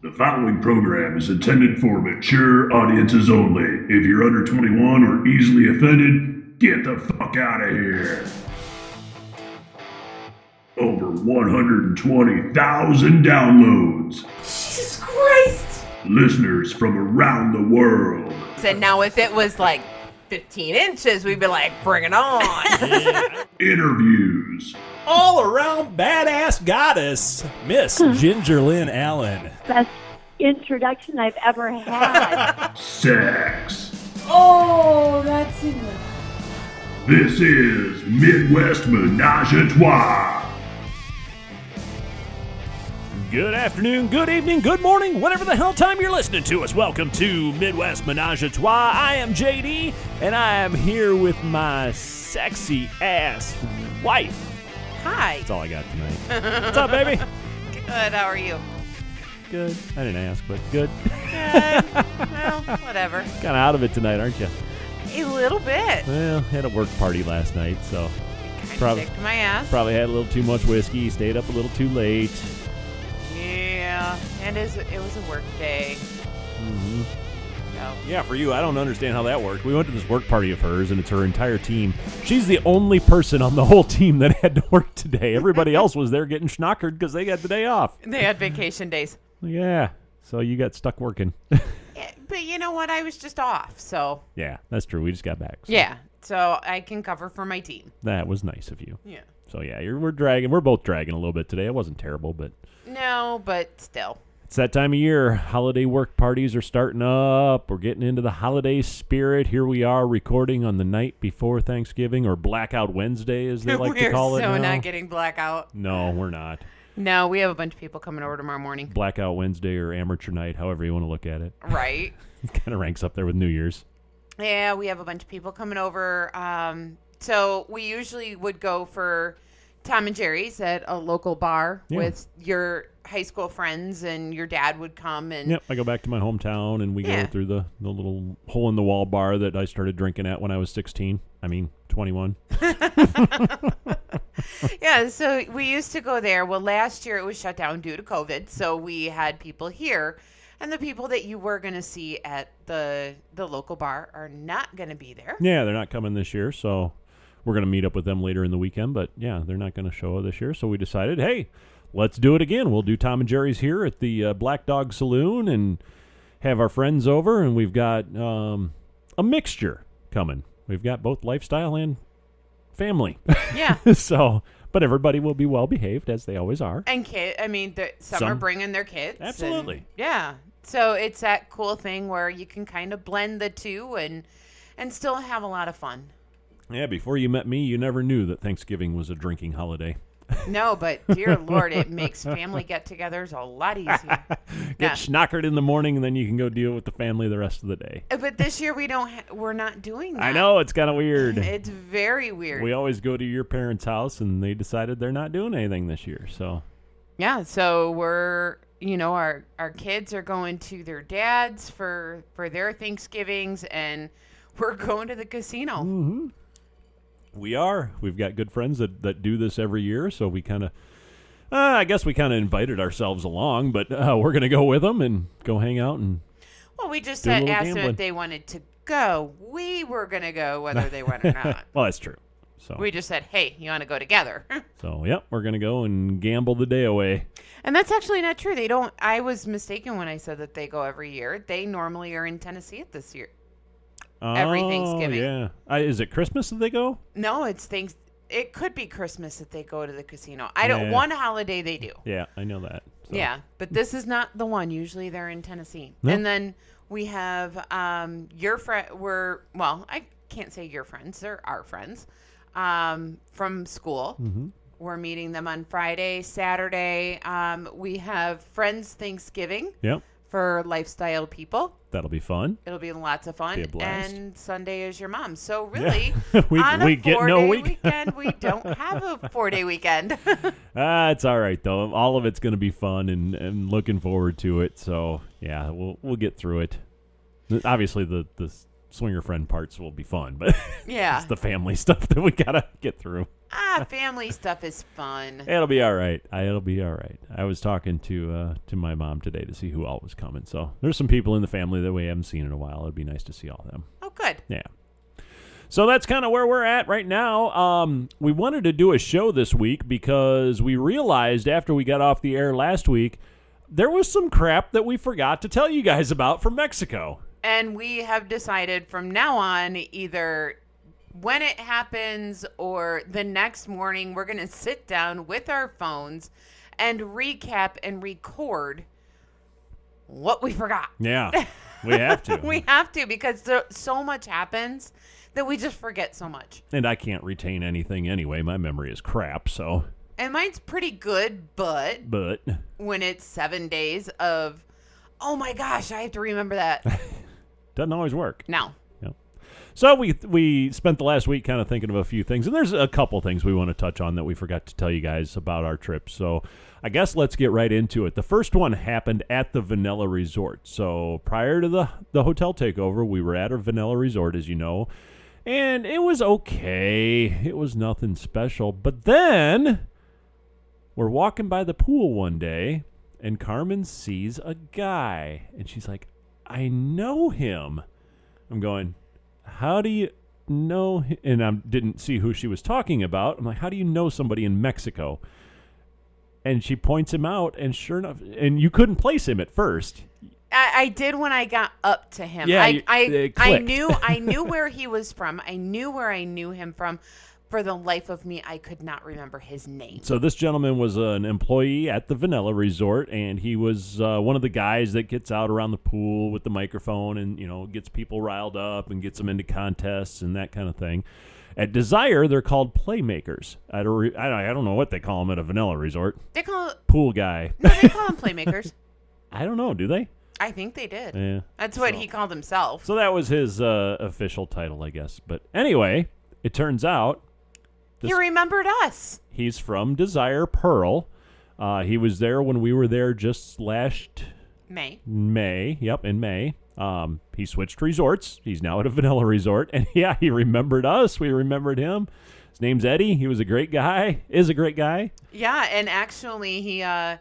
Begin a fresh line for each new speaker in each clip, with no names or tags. The following program is intended for mature audiences only. If you're under 21 or easily offended, get the fuck out of here. Over 120,000 downloads.
Jesus Christ!
Listeners from around the world.
And now if it was like 15 inches, we'd be like, bring it on.
Interviews.
all around badass goddess, Miss Ginger Lynn Allen.
best introduction I've ever had.
Sex.
Oh, that's it.
This is Midwest Menage a Trois.
Good afternoon, good evening, good morning, whatever the hell time you're listening to us. Welcome to Midwest Menage a Trois. I am JD, and I am here with my sexy ass wife.
Hi.
That's all I got tonight. What's up, baby?
Good. How are you?
Good. I didn't ask, but good.
Good. well, whatever.
kind of out of it tonight, aren't you?
A little bit.
Well, had a work party last night, so Prob-
Probably. Kicked my ass.
probably had a little too much whiskey, stayed up a little too late.
Yeah. And it was, it was a work day.
Mm-hmm.
So.
Yeah, for you, I don't understand how that worked. We went to this work party of hers, and it's her entire team. She's the only person on the whole team that had to work today. Everybody else was there getting schnockered because they got the day off.
They had vacation days.
Yeah, so you got stuck working.
Yeah, But you know what? I was just off. So,
yeah, that's true. We just got back. so
yeah. So I can cover for my team.
That was nice of you.
Yeah.
So yeah, you're, we're dragging. We're both dragging a little bit today. It wasn't terrible, but
No, but still.
it's that time of year. Holiday work parties are starting up. We're getting into the holiday spirit. Here we are recording on the night before Thanksgiving or Blackout Wednesday, as they like to
We're
call it.
so
now.
not getting blackout.
No, we're not.
No, we have a bunch of people coming over tomorrow morning.
Blackout Wednesday or Amateur Night, however you want to look at it.
Right.
It kind of ranks up there with New Year's.
Yeah, we have a bunch of people coming over. Um, so we usually would go for Tom and Jerry's at a local bar
Yeah.
with your high school friends, and your dad would come. And
Yep, I go back to my hometown and we
Yeah.
go through the, the little hole in the wall bar that I started drinking at when I was 16. I mean, 21.
yeah, so we used to go there. Well, last year it was shut down due to COVID, so we had people here, and the people that you were going to see at the the local bar are not going to be there.
yeah, they're not coming this year, so we're going to meet up with them later in the weekend, but yeah, they're not going to show this year. So we decided, hey, let's do it again. We'll do Tom and Jerry's here at the uh, Black Dog Saloon and have our friends over, and we've got um, a mixture coming. We've got both lifestyle and family.
Yeah,
so, but everybody will be well behaved as they always are.
and kid i mean the, some, are
Some-
bringing their kids and-
Absolutely.
yeah so it's that cool thing where you can kind of blend the two and and still have a lot of fun
Yeah, before you met me, you never knew that Thanksgiving was a drinking holiday.
no but dear lord it makes family get-togethers a lot easier
Get
Yeah.
schnockered in the morning, and then you can go deal with the family the rest of the day.
Uh, but this year we don't ha- we're not doing that
I know it's kind of weird.
it's very weird
we always go to your parents' house, and they decided they're not doing anything this year. So
yeah so we're you know our our kids are going to their dads for for their thanksgivings and we're going to the casino
we are. We've got good friends that that do this every year. So we kind of. Uh, I guess we kind of invited ourselves along, but uh, we're going to go with them and go hang out and
Well, we just
Do a
had
little
asked them
gambling.
if they wanted to go. We were going to go whether they went or not.
well, that's true. So,
we just said, hey, you want to go together?
so yep, we're gonna go and gamble the day away.
and that's actually not true. They don't, I was mistaken when I said that they go every year. They normally are in Tennessee at this year. Every
Oh,
Thanksgiving.
Yeah, I, is it Christmas that they go?
No, it's things. It could be Christmas that they go to the casino. I don't,
Yeah.
one holiday they do.
Yeah, I know that. so.
Yeah, but this is not the one. Usually they're in Tennessee.
No.
And then we have um, your friend, we're, well, I can't say your friends, they're our friends um, from school.
Mm-hmm.
We're meeting them on Friday, Saturday. Um, we have Friends Thanksgiving
Yep,
for lifestyle people.
that'll be fun.
It'll be lots of fun.
Be a blast.
And Sunday is your mom. So really,
We-
on a
we get no
four-day
week-
weekend, we don't have a four-day weekend.
Ah, it's all right though. All of it's gonna be fun, and and looking forward to it. So yeah, we'll we'll get through it. Th- Obviously, the the s- swinger friend parts will be fun, but
Yeah.
it's the family stuff that we gotta get through.
ah, family stuff is fun.
It'll be all right. I, it'll be all right. I was talking to uh, to my mom today to see who all was coming. So there's some people in the family that we haven't seen in a while. It'd be nice to see all of them.
Oh, good.
Yeah. So that's kind of where we're at right now. Um, we wanted to do a show this week because we realized after we got off the air last week, there was some crap that we forgot to tell you guys about from Mexico.
And we have decided from now on either when it happens or the next morning, we're going to sit down with our phones and recap and record what we forgot.
Yeah, we have to.
We have to because there, so much happens that we just forget so much.
and I can't retain anything anyway. My memory is crap. So,
And mine's pretty good, but
but
when it's seven days of, oh my gosh, I have to remember that.
doesn't always work.
no.
Yep. So we we spent the last week kind of thinking of a few things, and there's a couple things we want to touch on that we forgot to tell you guys about our trip. So I guess let's get right into it. The first one happened at the Vanilla Resort. So prior to the the hotel takeover, we were at a Vanilla Resort, as you know, and it was okay. It was nothing special. But then we're walking by the pool one day, and Carmen sees a guy, and she's like, "I know him." I'm going, how do you know? hi-" And I didn't see who she was talking about. I'm like, how do you know somebody in Mexico? And she points him out, and sure enough, and you couldn't place him at first.
I, I did when I got up to him.
Yeah,
I
you-
I,
it
I
clicked.
knew I knew where he was from. I knew where I knew him from. For the life of me, I could not remember his name.
So this gentleman was an employee at the Vanilla Resort, and he was uh, one of the guys that gets out around the pool with the microphone and you know gets people riled up and gets them into contests and that kind of thing. At Desire, they're called playmakers. I don't, re- I don't- I don't know what they call them at a Vanilla Resort.
They call
Pool guy.
no, they call him playmakers.
I don't know. Do they?
I think they did.
Yeah.
That's what he called himself.
So that was his uh, official title, I guess. But anyway, it turns out
he remembered us.
he's from Desire Pearl. Uh, he was there when we were there just last
May.
May. Yep, in May. Um, he switched resorts. He's now at a vanilla resort. And yeah, he remembered us. We remembered him. His name's Eddie. He was a great guy, is a great guy.
Yeah, and actually, he uh,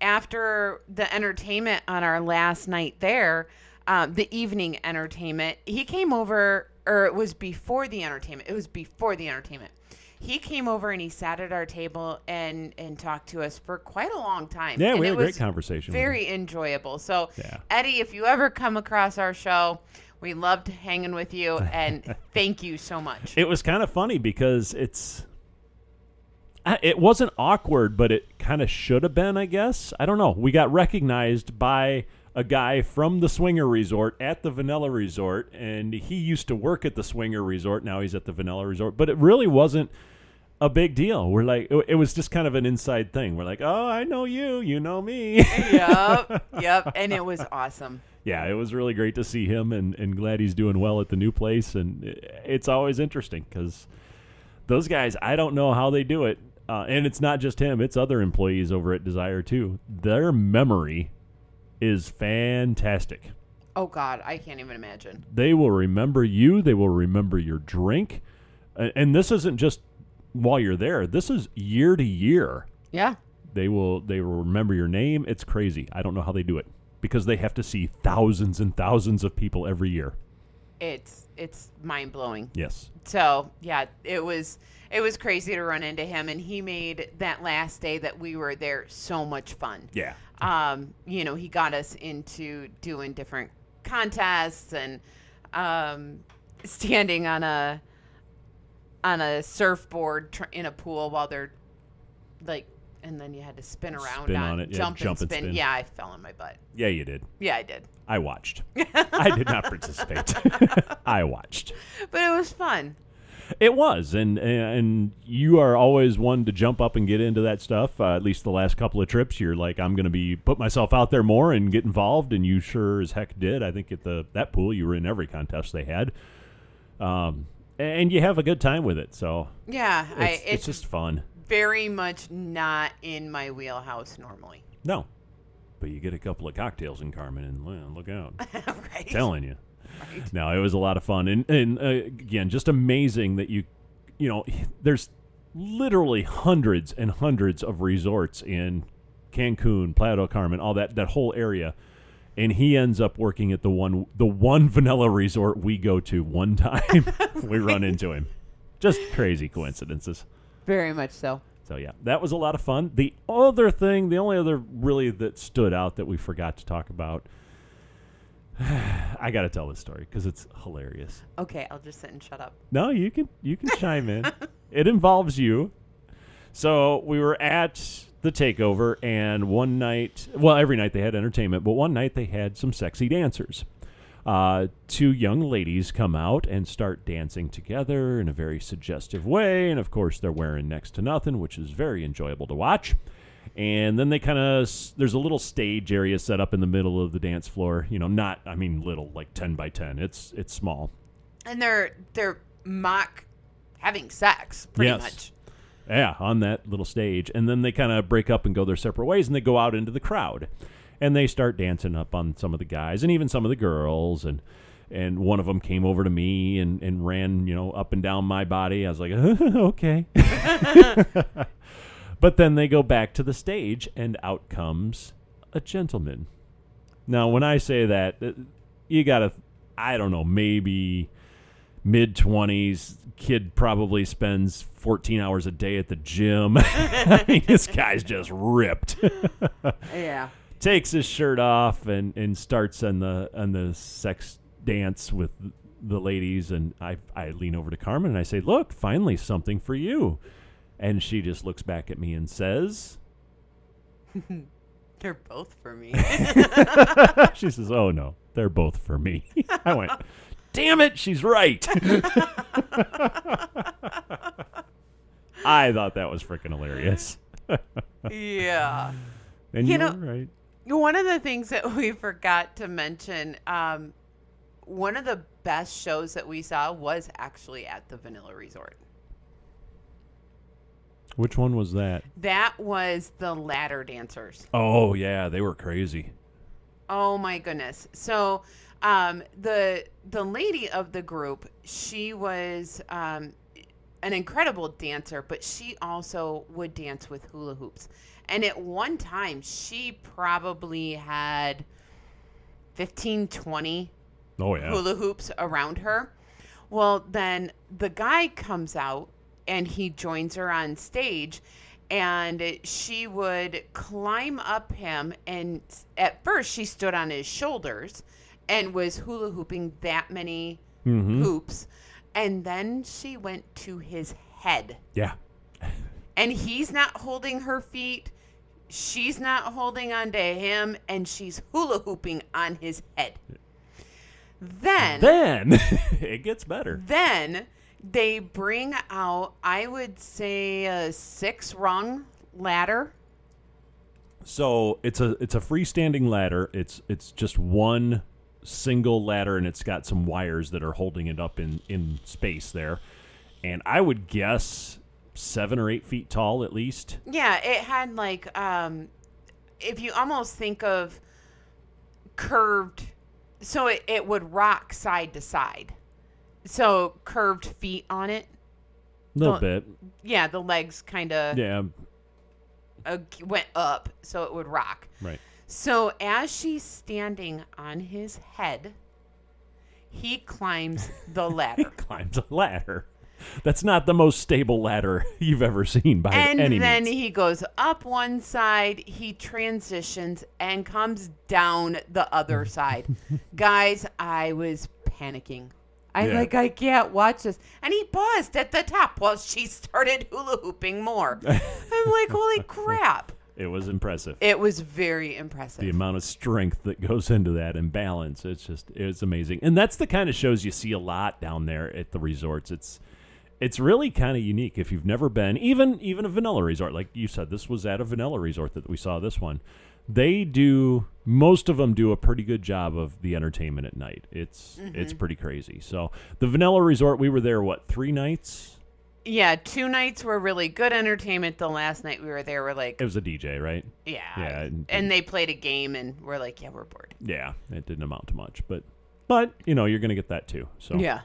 after the entertainment on our last night there, um, the evening entertainment, he came over, or it was before the entertainment. It was before the entertainment. He came over and he sat at our table and and talked to us for quite a long time.
Yeah,
and
we
it
had a great
was
conversation. with him.
Very enjoyable. So,
Yeah.
Eddie, if you ever come across our show, we loved hanging with you, and thank you so much.
it was kind of funny because it's I- it wasn't awkward but it kind of should have been i guess i don't know we got recognized by a guy from the swinger resort at the vanilla resort and he used to work at the swinger resort now he's at the vanilla resort but it really wasn't a big deal we're like it it was just kind of an inside thing we're like oh i know you you know me
yep, yep, and it was awesome.
yeah, it was really great to see him, and, and glad he's doing well at the new place. And i- it's always interesting because those guys, I don't know how they do it. Uh, and it's not just him; it's other employees over at Desire too. Their memory is fantastic.
Oh God, I can't even imagine.
They will remember you. They will remember your drink. A- And this isn't just while you're there. This is year to year.
Yeah.
They will they will remember your name. It's crazy. I don't know how they do it because they have to see thousands and thousands of people every year.
It's it's mind blowing.
Yes.
So yeah, it was it was crazy to run into him and he made that last day that we were there so much fun.
Yeah.
Um, you know, he got us into doing different contests and um standing on a on a surfboard tr- in a pool while they're like and then you had to spin around
Spin on it, yeah,
jump,
jump
and
and
spin.
spin.
Yeah, I fell on my butt.
Yeah, you did.
Yeah, I did.
I watched. I did not participate. I watched.
But it was fun.
It was, and and you are always one to jump up and get into that stuff. Uh, at least the last couple of trips, you're like, I'm going to be put myself out there more and get involved, and you sure as heck did. I think at the that pool, you were in every contest they had, um, and you have a good time with it. So
Yeah,
it's,
I,
it's just fun.
very much not in my wheelhouse normally.
No, but you get a couple of cocktails in Carmen, and well, look out.
right?
telling you. No, it was a lot of fun, and and uh, again, just amazing that you, you know, there's literally hundreds and hundreds of resorts in Cancun, Playa del Carmen, all that that whole area, and he ends up working at the one the one vanilla resort we go to one time. we run into him, just crazy coincidences.
Very much so.
So yeah, that was a lot of fun. The other thing, the only other really that stood out that we forgot to talk about, I got to tell this story because it's hilarious.
Okay, I'll just sit and shut up.
No, you can you can chime in. It involves you. So we were at the takeover, and one night, well, every night they had entertainment, but one night they had some sexy dancers. Uh, two young ladies come out and start dancing together in a very suggestive way, and of course they're wearing next to nothing, which is very enjoyable to watch. And then they kind of there's a little stage area set up in the middle of the dance floor. You know, not I mean little, like ten by ten. It's it's small.
And they're they're mock having sex pretty
Yes.
much.
Yeah, on that little stage. And then they kind of break up and go their separate ways and they go out into the crowd. And they start dancing up on some of the guys and even some of the girls and and one of them came over to me and, and ran, you know, up and down my body. I was like, okay. but then they go back to the stage and out comes a gentleman. Now, when I say that, uh, you got to, I don't know, maybe mid 20s kid probably spends 14 hours a day at the gym i mean this guy's just ripped
Yeah.
takes his shirt off and and starts on the on the sex dance with the ladies and i i lean over to carmen and i say look finally something for you and she just looks back at me and says
They're both for me.
she says oh no they're both for me i went damn it she's right i thought that was freaking hilarious
yeah.
And you,
You
know,
know-
right.
One of the things that we forgot to mention, um, one of the best shows that we saw was actually at the Vanilla Resort.
Which one was that?
That was the ladder dancers.
Oh yeah, they were crazy.
Oh my goodness. So um, the the lady of the group, she was um, an incredible dancer, but she also would dance with hula hoops. And at one time, she probably had 15, 20
Oh yeah.
hula hoops around her. Well, then the guy comes out and he joins her on stage, and she would climb up him. And at first, she stood on his shoulders and was hula hooping that many
Mhm.
hoops. And then she went to his head,
Yeah.
and he's not holding her feet. She's not holding on to him, and she's hula hooping on his head. Then,
Then it gets better.
then they bring out, I would say, a six rung ladder.
So it's a it's a freestanding ladder. It's it's just one single ladder and it's got some wires that are holding it up in in space there. And I would guess 7 or 8 feet tall at least.
Yeah, it had like, um, if you almost think of curved, so it, it would rock side to side. So curved feet on it.
A little
Well,
bit.
Yeah, the legs kind of
Yeah,
uh, went up, so it would rock.
right.
So as she's standing on his head, he climbs the ladder.
Climbs a ladder. That's not the most stable ladder you've ever seen by
and
any
then
means.
he goes up one side he transitions and comes down the other side guys i was panicking i
Yeah.
like i can't watch this and he paused at the top while she started hula hooping more i'm like holy crap
It was impressive.
it was very impressive
the amount of strength that goes into that and balance it's just it's amazing and that's the kind of shows you see a lot down there at the resorts it's it's really kind of unique if you've never been even even a vanilla resort like you said this was at a vanilla resort that we saw this one they do most of them do a pretty good job of the entertainment at night it's it's pretty crazy so the vanilla resort we were there what three nights
yeah two nights were really good entertainment the last night we were there we're like
it was a dj right
yeah,
yeah, it-
and they played a game and we're like yeah we're bored
yeah it didn't amount to much but But, you know, you're going to get that too. So,
Yeah.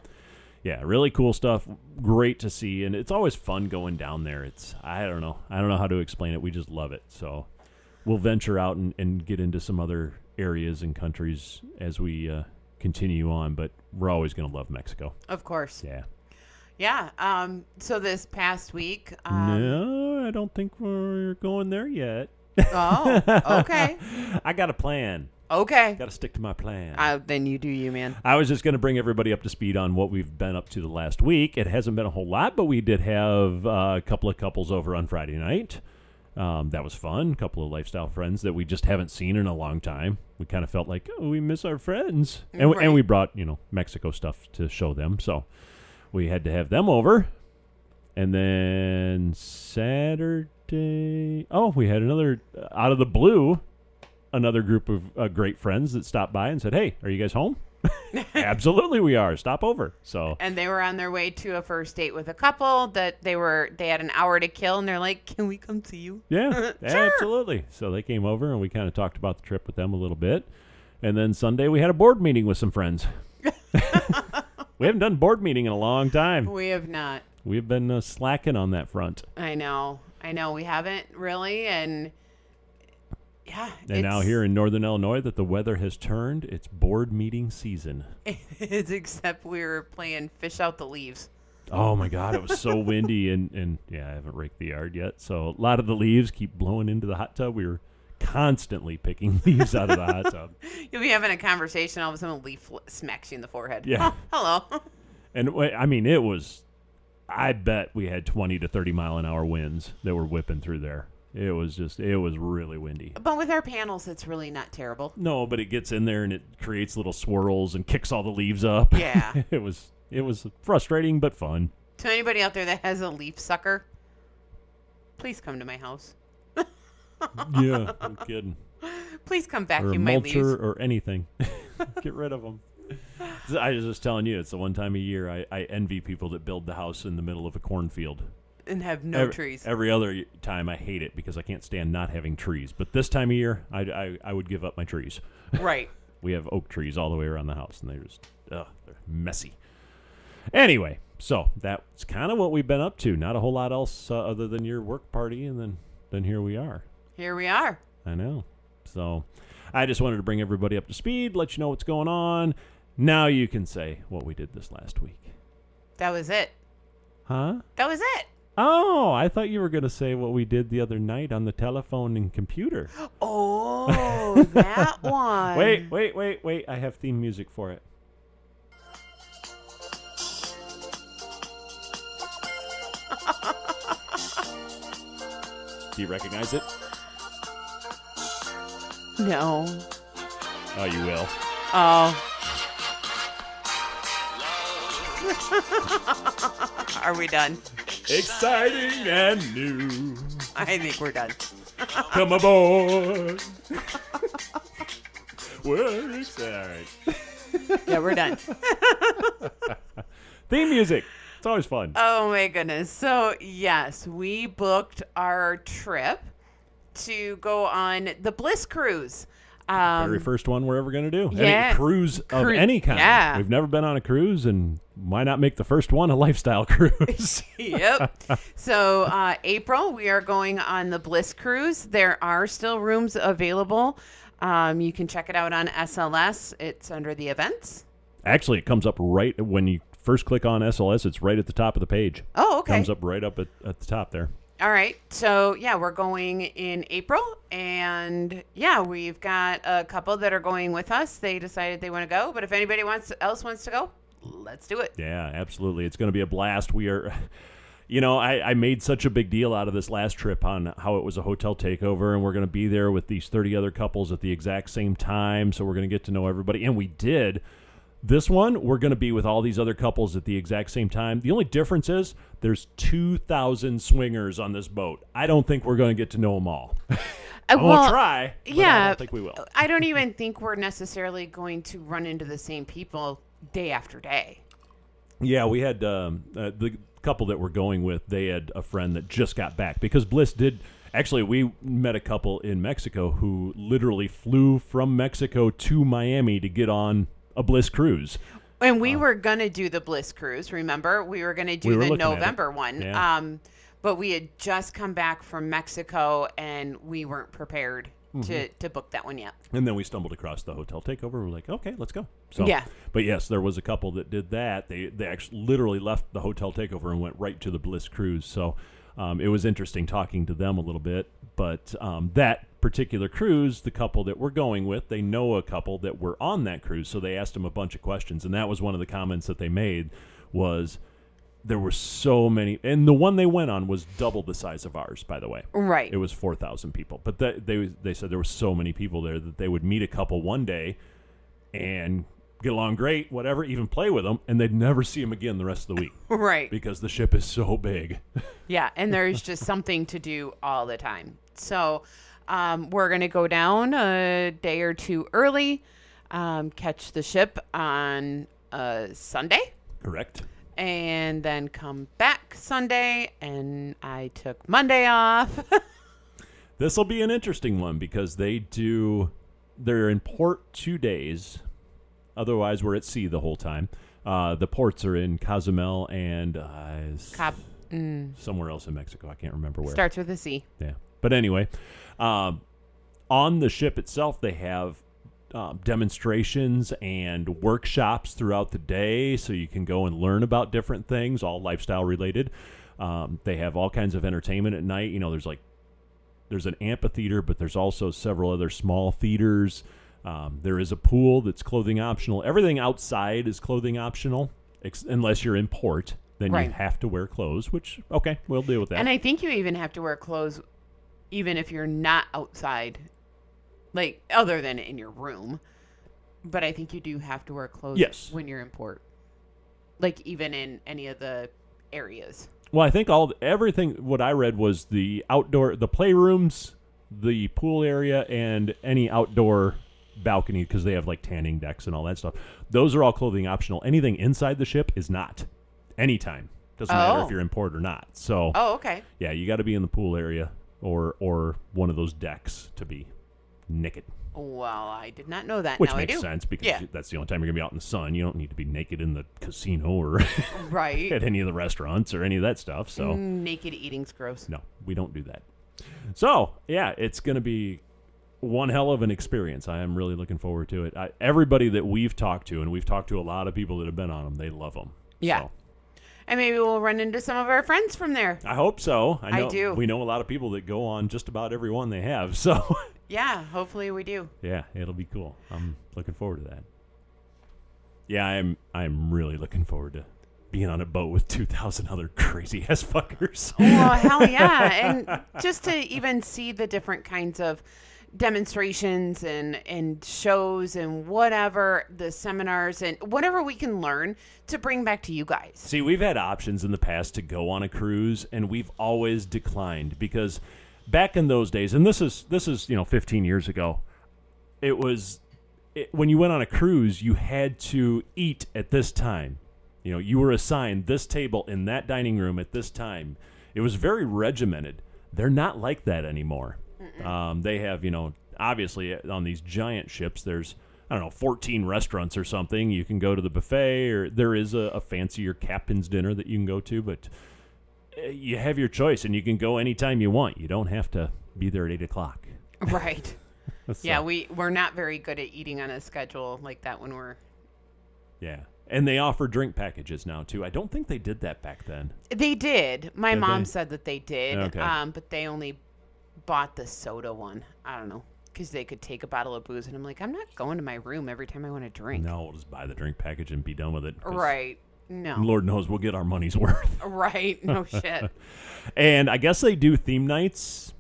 yeah, really cool stuff. Great to see, and it's always fun going down there. It's I don't know, I don't know how to explain it. We just love it. So we'll venture out and, and get into some other areas and countries as we uh, continue on. But we're always going to love Mexico.
Of course.
Yeah.
Yeah. Um, so this past week. Um,
no, I don't think we're going there yet.
Oh, okay.
I got a plan.
Okay.
Got to stick to my plan.
Uh, then you do you, man.
I was just going to bring everybody up to speed on what we've been up to the last week. It hasn't been a whole lot, but we did have uh, a couple of couples over on Friday night. Um, that was fun. A couple of lifestyle friends that we just haven't seen in a long time. We kind of felt like oh, we miss our friends, and we, and we brought you know Mexico stuff to show them. So we had to have them over, and then Saturday. Oh, we had another uh, out of the blue. Another group of uh, great friends that stopped by and said, "Hey, are you guys home?" Absolutely, we are. Stop over. So
And they were on their way to a first date with a couple that they were they had an hour to kill, and they're like, "Can we come see you?"
yeah, absolutely. So they came over and we kind of talked about the trip with them a little bit, and then Sunday we had a board meeting with some friends. we haven't done board meeting in a long time.
We have not.
We've been uh, slacking on that front,
I know. I know. We haven't really, and yeah.
and now
it's-
here in Northern Illinois, that the weather has turned, it's board meeting season.
it's except we were playing fish out the leaves.
Oh my God, it was so windy, and and yeah, I haven't raked the yard yet, so a lot of the leaves keep blowing into the hot tub. We were constantly picking leaves out of the hot tub.
You'll be having a conversation, all of a sudden a leaf fl- smacks you in the forehead.
Yeah.
Hello.
And wa- I mean, it was. I bet we had twenty to thirty mile an hour winds that were whipping through there. It was just. It was really windy.
But with our panels, it's really not terrible.
No, but it gets in there and it creates little swirls and kicks all the leaves up.
Yeah.
it was. It was frustrating but fun.
To anybody out there that has a leaf sucker, please come to my house.
Yeah, I'm kidding.
Please come
Or a
vacuum my leaves.
mulcher or anything. Get rid of them. I was just telling you, it's the one time a year I, I envy people that build the house in the middle of a cornfield.
and have no
every,
trees.
Every other y- time, I hate it because I can't stand not having trees. But this time of year, I, I, I would give up my trees.
right.
We have oak trees all the way around the house, and they're just ugh, they're messy. Anyway, so that's kind of what we've been up to. Not a whole lot else uh, other than your work party, and then then here we are.
Here we are.
I know. So I just wanted to bring everybody up to speed, let you know what's going on. Now you can say what we did this last week,
That was it.
huh?
That was it.
Oh, I thought you were going to say what we did the other night on the telephone and computer.
Oh, that one.
Wait, wait, wait, wait. I have theme music for it. Do you recognize it?
No.
Oh, you will.
Oh. Are we done?
Exciting and new.
I think we're done.
Come aboard. We're excited.
Yeah, we're done.
Theme music. It's always fun.
Oh my goodness. So, yes, we booked our trip to go on the Bliss Cruise. Um,
Very first one we're ever going to do.
yeah.
Any cruise of
Cru-
any kind.
yeah.
We've never been on a cruise, and why not make the first one a lifestyle cruise?
yep. So, uh, April, we are going on the Bliss Cruise. There are still rooms available. Um, you can check it out on SLS. It's under the events.
Actually, it comes up right when you first click on SLS. It's right at the top of the page.
Oh, okay.
Comes up right up at, at the top there.
All right. So, yeah, we're going in April. And yeah, we've got a couple that are going with us. They decided they want to go. But if anybody wants else wants to go, let's do it.
Yeah, absolutely. It's going to be a blast. We are, you know, I, I made such a big deal out of this last trip on how it was a hotel takeover, and we're going to be there with these 30 other couples at the exact same time. So we're going to get to know everybody. And we did. This one, we're going to be with all these other couples at the exact same time. The only difference is there's 2,000 swingers on this boat. I don't think we're going to get to know them all.
Uh,
I will try. but I don't think we will.
I don't even think we're necessarily going to run into the same people day after day.
Yeah, we had um, uh, the couple that we're going with. They had a friend that just got back because Bliss did. Actually, we met a couple in Mexico who literally flew from Mexico to Miami to get on a Bliss Cruise.
And we were gonna do the Bliss Cruise. Remember, we were gonna do
We were
the
looking at it.
November one.
Yeah.
Um, but we had just come back from Mexico, and we weren't prepared to
Mm-hmm.
to book that one yet.
And then we stumbled across the hotel takeover. and We're like, okay, let's go. So,
Yeah.
But yes, there was a couple that did that. They they actually literally left the hotel takeover and went right to the Bliss Cruise. So, um, it was interesting talking to them a little bit. But um, that particular cruise, the couple that we're going with, they know a couple that were on that cruise, so they asked them a bunch of questions, and that was one of the comments that they made was. There were so many, and the one they went on was double the size of ours. By the way,
Right.
it was 4,000 people. But that, they they said there were so many people there that they would meet a couple one day and get along great, whatever, even play with them, and they'd never see them again the rest of the week
right.
because the ship is so big.
Yeah, and there's just something to do all the time. So um, we're going to go down a day or two early, um, catch the ship on a Sunday,
Correct.
and then come back Sunday. And I took Monday off.
This will be an interesting one because they do they're in port 2 days. Otherwise, we're at sea the whole time. Uh, the ports are in Cozumel and uh, s-
Cop mm,
somewhere else in Mexico. I can't remember where.
starts with a C.
Yeah. But anyway, um, on the ship itself, they have um, demonstrations and workshops throughout the day, so you can go and learn about different things, all lifestyle related. Um, they have all kinds of entertainment at night. You know, there's like there's an amphitheater, but there's also several other small theaters. Um, there is a pool that's clothing optional. Everything outside is clothing optional, ex- unless you're in port. Then
Right.
you have to wear clothes, which okay, we'll deal with that.
And I think you even have to wear clothes, even if you're not outside, like other than in your room. But I think you do have to wear clothes
Yes.
when you're in port, like even in any of the areas.
Well, I think all everything what I read was the outdoor, the playrooms, the pool area, and any outdoor balcony because they have like tanning decks and all that stuff. Those are all clothing optional. Anything inside the ship is not. Anytime doesn't matter
Oh.
if you're in port or not. So
Oh, okay.
yeah, you got to be in the pool area or or one of those decks to be naked,
Well, I did not know that.
which
now
makes
I do.
sense because
Yeah.
that's the only time you're gonna be out in the sun. You don't need to be naked in the casino or
Right.
at any of the restaurants or any of that stuff.
Mm.
So.
Naked eating's gross.
No, we don't do that. So, yeah, it's going to be one hell of an experience. I am really looking forward to it. I, everybody that we've talked to, and we've talked to a lot of people that have been on them, they love them.
Yeah. And maybe we'll run into some of our friends from there.
I hope so. I,
I
know,
do.
We know a lot of people that go on just about every one they have. So,
Yeah, hopefully we do.
yeah, it'll be cool. I'm looking forward to that. Yeah, I'm. I'm really looking forward to being on a boat with two thousand other crazy ass fuckers.
Well, hell yeah. And just to even see the different kinds of demonstrations and and shows and whatever the seminars and whatever we can learn to bring back to you guys.
See, we've had options in the past to go on a cruise, and we've always declined because back in those days, and this is this is you know 15 years ago, it was it, when you went on a cruise, you had to eat at this time. You know, you were assigned this table in that dining room at this time. It was very regimented. They're not like that anymore. Um, they have, you know, obviously uh, on these giant ships, there's I don't know, 14 restaurants or something. You can go to the buffet, or there is a, a fancier captain's dinner that you can go to, but uh, you have your choice and you can go anytime you want. You don't have to be there at 8 o'clock.
Right. Yeah,
So-
we we're not very good at eating on a schedule like that when we're
Yeah. And they offer drink packages now too. I don't think they did that back then.
They did. My
Did
mom
they?
said that they did.
Okay.
Um, but they only bought the soda one. I don't know. Because they could take a bottle of booze. And I'm like, I'm not going to my room every time I want to drink.
No, we'll just buy the drink package and be done with it. 'cause
Right. No.
Lord knows we'll get our money's worth.
Right. No shit.
And I guess they do theme nights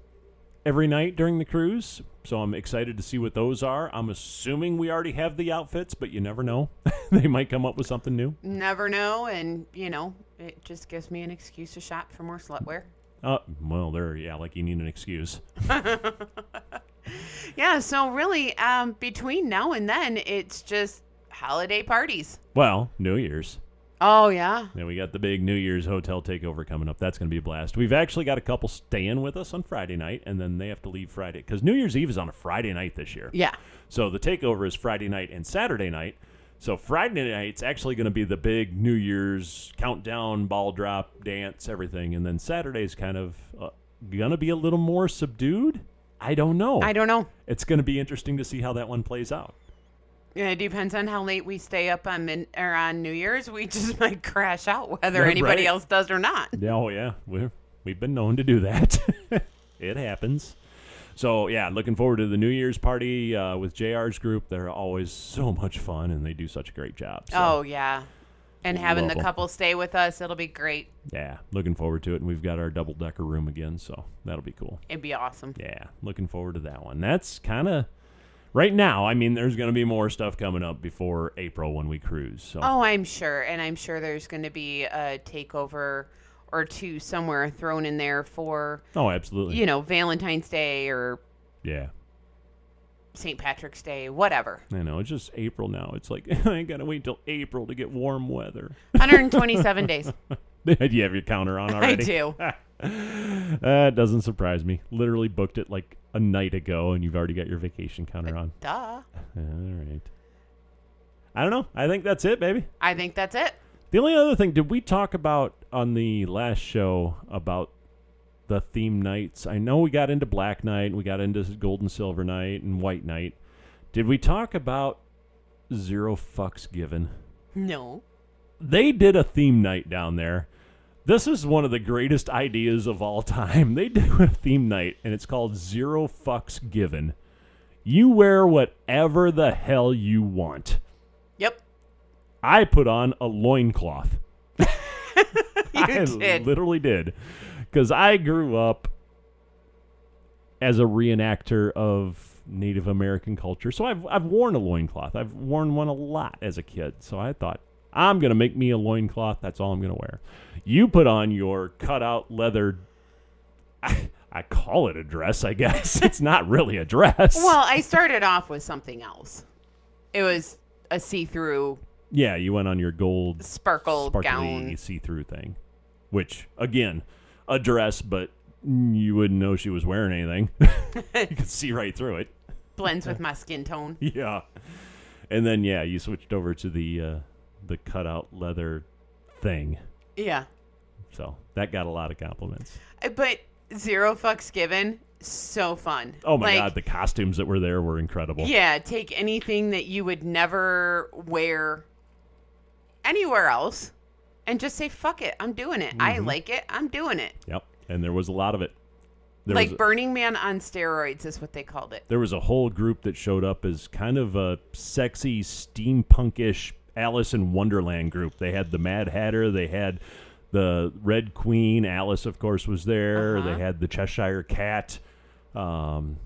every night during the cruise. So I'm excited to see what those are. I'm assuming we already have the outfits, but you never know. they might come up with something new.
Never know. And, you know, it just gives me an excuse to shop for more slutwear.
Uh, well, there, yeah, like you need an excuse.
Yeah. So, really, um, between now and then, it's just holiday parties.
Well, New Year's.
Oh, yeah.
Then we got the big New Year's hotel takeover coming up. That's going to be a blast. We've actually got a couple staying with us on Friday night, and then they have to leave Friday because New Year's Eve is on a Friday night this year.
Yeah.
So the takeover is Friday night and Saturday night. So Friday night's actually going to be the big New Year's countdown, ball drop, dance, everything, and then Saturday's kind of uh, going to be a little more subdued. I don't know.
I don't know.
It's going to be interesting to see how that one plays out.
Yeah, It depends on how late we stay up on min- or on New Year's. We just might crash out whether
Yeah,
anybody
right.
else does or not.
Yeah, oh yeah, we're we've been known to do that. it happens. So yeah, looking forward to the New Year's party uh, with JR's group. They're always so much fun, and they do such a great job. So,
Oh yeah, and having
Love
the
'em.
couple stay with us, it'll be great.
yeah, looking forward to it. And we've got our double decker room again, so that'll be cool.
It'd be awesome.
Yeah, looking forward to that one. That's kind of right now. I mean, there's going to be more stuff coming up before April when we cruise. So
Oh, I'm sure, and I'm sure there's going to be a takeover or two somewhere thrown in there for
Oh, absolutely.
you know Valentine's Day or
yeah.
St. Patrick's Day, whatever.
I know. It's just April now. It's like I gotta wait till April to get warm weather.
127 days.
do you have your counter on already?
I do.
That doesn't surprise me. Literally booked it like a night ago, and you've already got your vacation counter on.
Duh.
All right. I don't know. I think that's it, baby.
I think that's it.
The only other thing, did we talk about on the last show about the theme nights? I know we got into Black Night, we got into Gold and Silver Night, and White Night. Did we talk about Zero Fucks Given?
No.
they did a theme night down there. This is one of the greatest ideas of all time. They do a theme night, and it's called Zero Fucks Given. You wear whatever the hell you want.
Yep.
I put on a loincloth.
You
I
did.
literally did. Because I grew up as a reenactor of Native American culture. So I've, I've worn a loincloth. I've worn one a lot as a kid. So I thought, I'm going to make me a loincloth. That's all I'm going to wear. You put on your cutout leather. I, I call it a dress, I guess. it's not really a dress.
well, I started off with something else. It was a see-through
yeah, you went on your gold
sparkle
sparkly
gown.
see-through thing, which again, a dress, but you wouldn't know she was wearing anything. you could see right through it.
Blends with my skin tone.
Yeah, and then yeah, you switched over to the uh, the cutout leather thing.
Yeah.
So that got a lot of compliments.
Uh, But zero fucks given. So fun.
Oh my
Like,
god, the costumes that were there were incredible.
Yeah, take anything that you would never wear anywhere else and just say, fuck it, I'm doing it.
Mm-hmm.
I like it, I'm doing it.
Yep, and there was a lot of it. There
like
was,
Burning Man on steroids is what they called it.
there was a whole group that showed up as kind of a sexy steampunkish Alice in Wonderland group. They had the Mad Hatter, they had the Red Queen, Alice of course was there.
Uh-huh.
They had the Cheshire Cat. Um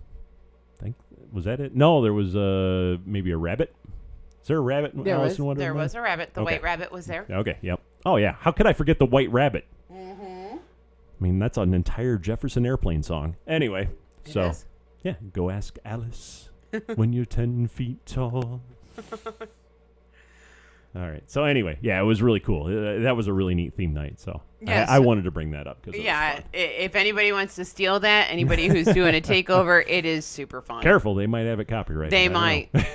I think was that it? No, there was a maybe a rabbit. Is there a rabbit in
There
Alice
was-
in Wonderland?
There was a rabbit. The
Okay.
white rabbit was there.
Okay, yep. Oh yeah, how could I forget the White Rabbit? Mhm.
Mm-hmm.
I mean, that's an entire Jefferson Airplane song. Anyway, so
is.
yeah, go ask Alice when you're 10 feet tall. All right. So anyway, yeah, it was really cool. Uh, that was a really neat theme night. So I-
Yeah,
I,
so-
wanted to bring that up because
Yeah, i- if anybody wants to steal that, anybody who's doing a takeover, it is super fun.
Careful, they might have it copyrighted. I
They
don't know.
might.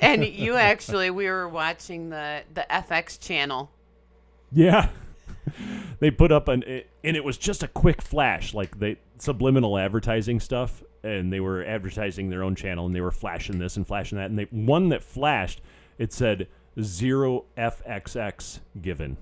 and you actually, we were watching the the FX channel.
Yeah. they put up an it, and it was just a quick flash like they subliminal advertising stuff and they were advertising their own channel and they were flashing this and flashing that and they one that flashed it said 0fxx given.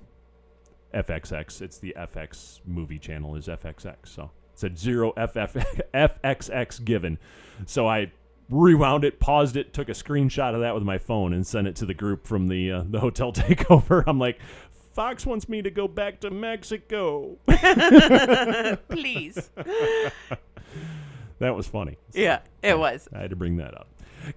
FXX, it's the FX movie channel is FXX. So it said 0FF FXX given. So I rewound it, paused it, took a screenshot of that with my phone, and sent it to the group from the uh, the hotel takeover. I'm like, Fox wants me to go back to Mexico.
Please.
that was funny.
yeah, it was.
I had to bring that up.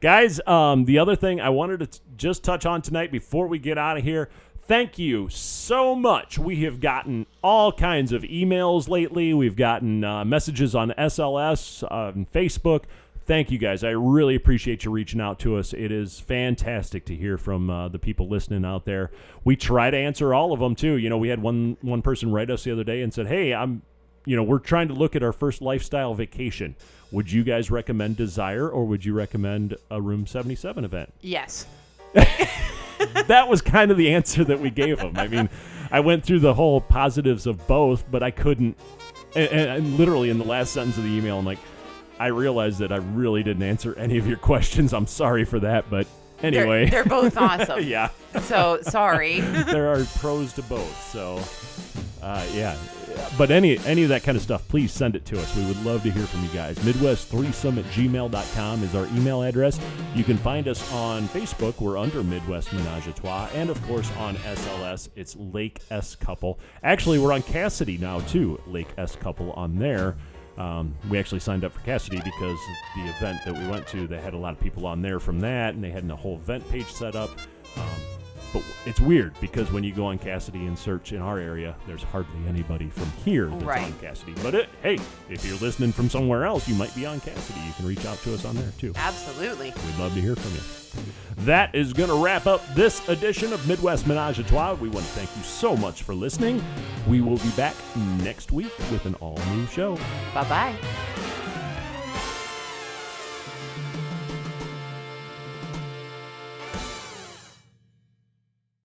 Guys, um, the other thing I wanted to t- just touch on tonight before we get out of here. Thank you so much. We have gotten all kinds of emails lately. We've gotten uh, messages on SLS, on Facebook. Thank you guys. I really appreciate you reaching out to us. It is fantastic to hear from uh, the people listening out there. We try to answer all of them too. You know, we had one one person write us the other day and said, "Hey, I'm you know, we're trying to look at our first lifestyle vacation. Would you guys recommend Desire or would you recommend a Room 77 event?
Yes.
that was kind of the answer that we gave him. I mean, I went through the whole positives of both, but I couldn't. And, and, and literally in the last sentence of the email, I'm like, I realized that I really didn't answer any of your questions. I'm sorry for that, but
They're-
anyway,
They're, both awesome.
yeah,
So sorry.
there are pros to both. So, uh, yeah. But any any of that kind of stuff, please send it to us. We would love to hear from you guys. Midwest3Summit gmail.com is our email address. You can find us on Facebook. We're under Midwest Menage a Trois. And of course on SLS, it's Lake S Couple. Actually, we're on Cassidy now too, Lake S Couple on there. Um, we actually signed up for Cassidy because the event that we went to, they had a lot of people on there from that, and they had a whole event page set up. Um, but it's weird because when you go on Cassidy and search in our area, there's hardly anybody from here that's on
Right.
Cassidy. But it, hey, if you're listening from somewhere else, you might be on Cassidy. You can reach out to us on there too.
Absolutely.
We'd love to hear from you. That is going to wrap up this edition of Midwest Menage a Trois. We want to thank you so much for listening. We will be back next week with an all new show.
Bye bye.